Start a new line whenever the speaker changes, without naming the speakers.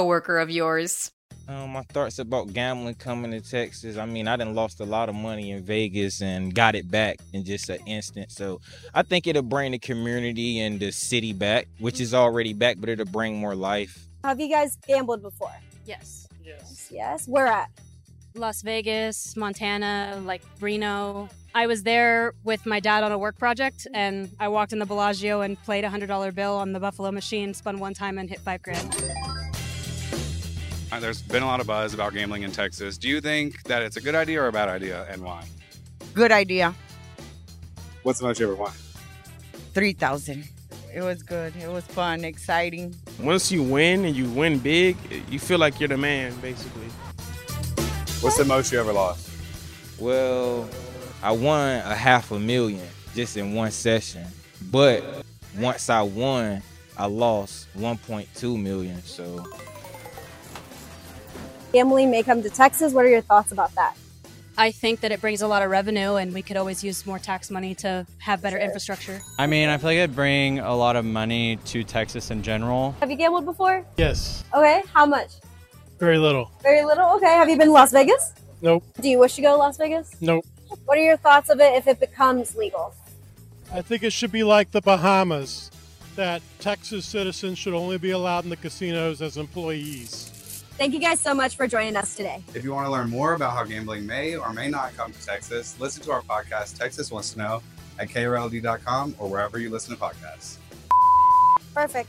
of yours.
Um, my thoughts about gambling coming to Texas. I mean, I done lost a lot of money in Vegas and got it back in just an instant. So I think it'll bring the community and the city back, which is already back, but it'll bring more life.
Have you guys gambled before?
Yes. Yes.
Yes. Where at?
Las Vegas, Montana, like Reno. I was there with my dad on a work project, and I walked in the Bellagio and played a $100 bill on the Buffalo machine, spun one time, and hit five grand.
Uh, There's been a lot of buzz about gambling in Texas. Do you think that it's a good idea or a bad idea and why?
Good idea.
What's the most you ever won?
3,000. It was good. It was fun, exciting.
Once you win and you win big, you feel like you're the man, basically.
What's the most you ever lost?
Well, I won a half a million just in one session, but once I won, I lost 1.2 million. So
Gambling may come to Texas. What are your thoughts about that?
I think that it brings a lot of revenue, and we could always use more tax money to have better infrastructure.
I mean, I feel like it'd bring a lot of money to Texas in general.
Have you gambled before?
Yes,
Okay. How much?
very little.
Very little. Okay. Have you been to Las Vegas?
Nope.
Do you wish to go to Las Vegas?
Nope.
What are your thoughts of it if it becomes legal?
I think it should be like the Bahamas, that Texas citizens should only be allowed in the casinos as employees.
Thank you guys so much for joining us today.
If you want to learn more about how gambling may or may not come to Texas, listen to our podcast, Texas Wants to Know, at krld.com or wherever you listen to podcasts.
Perfect.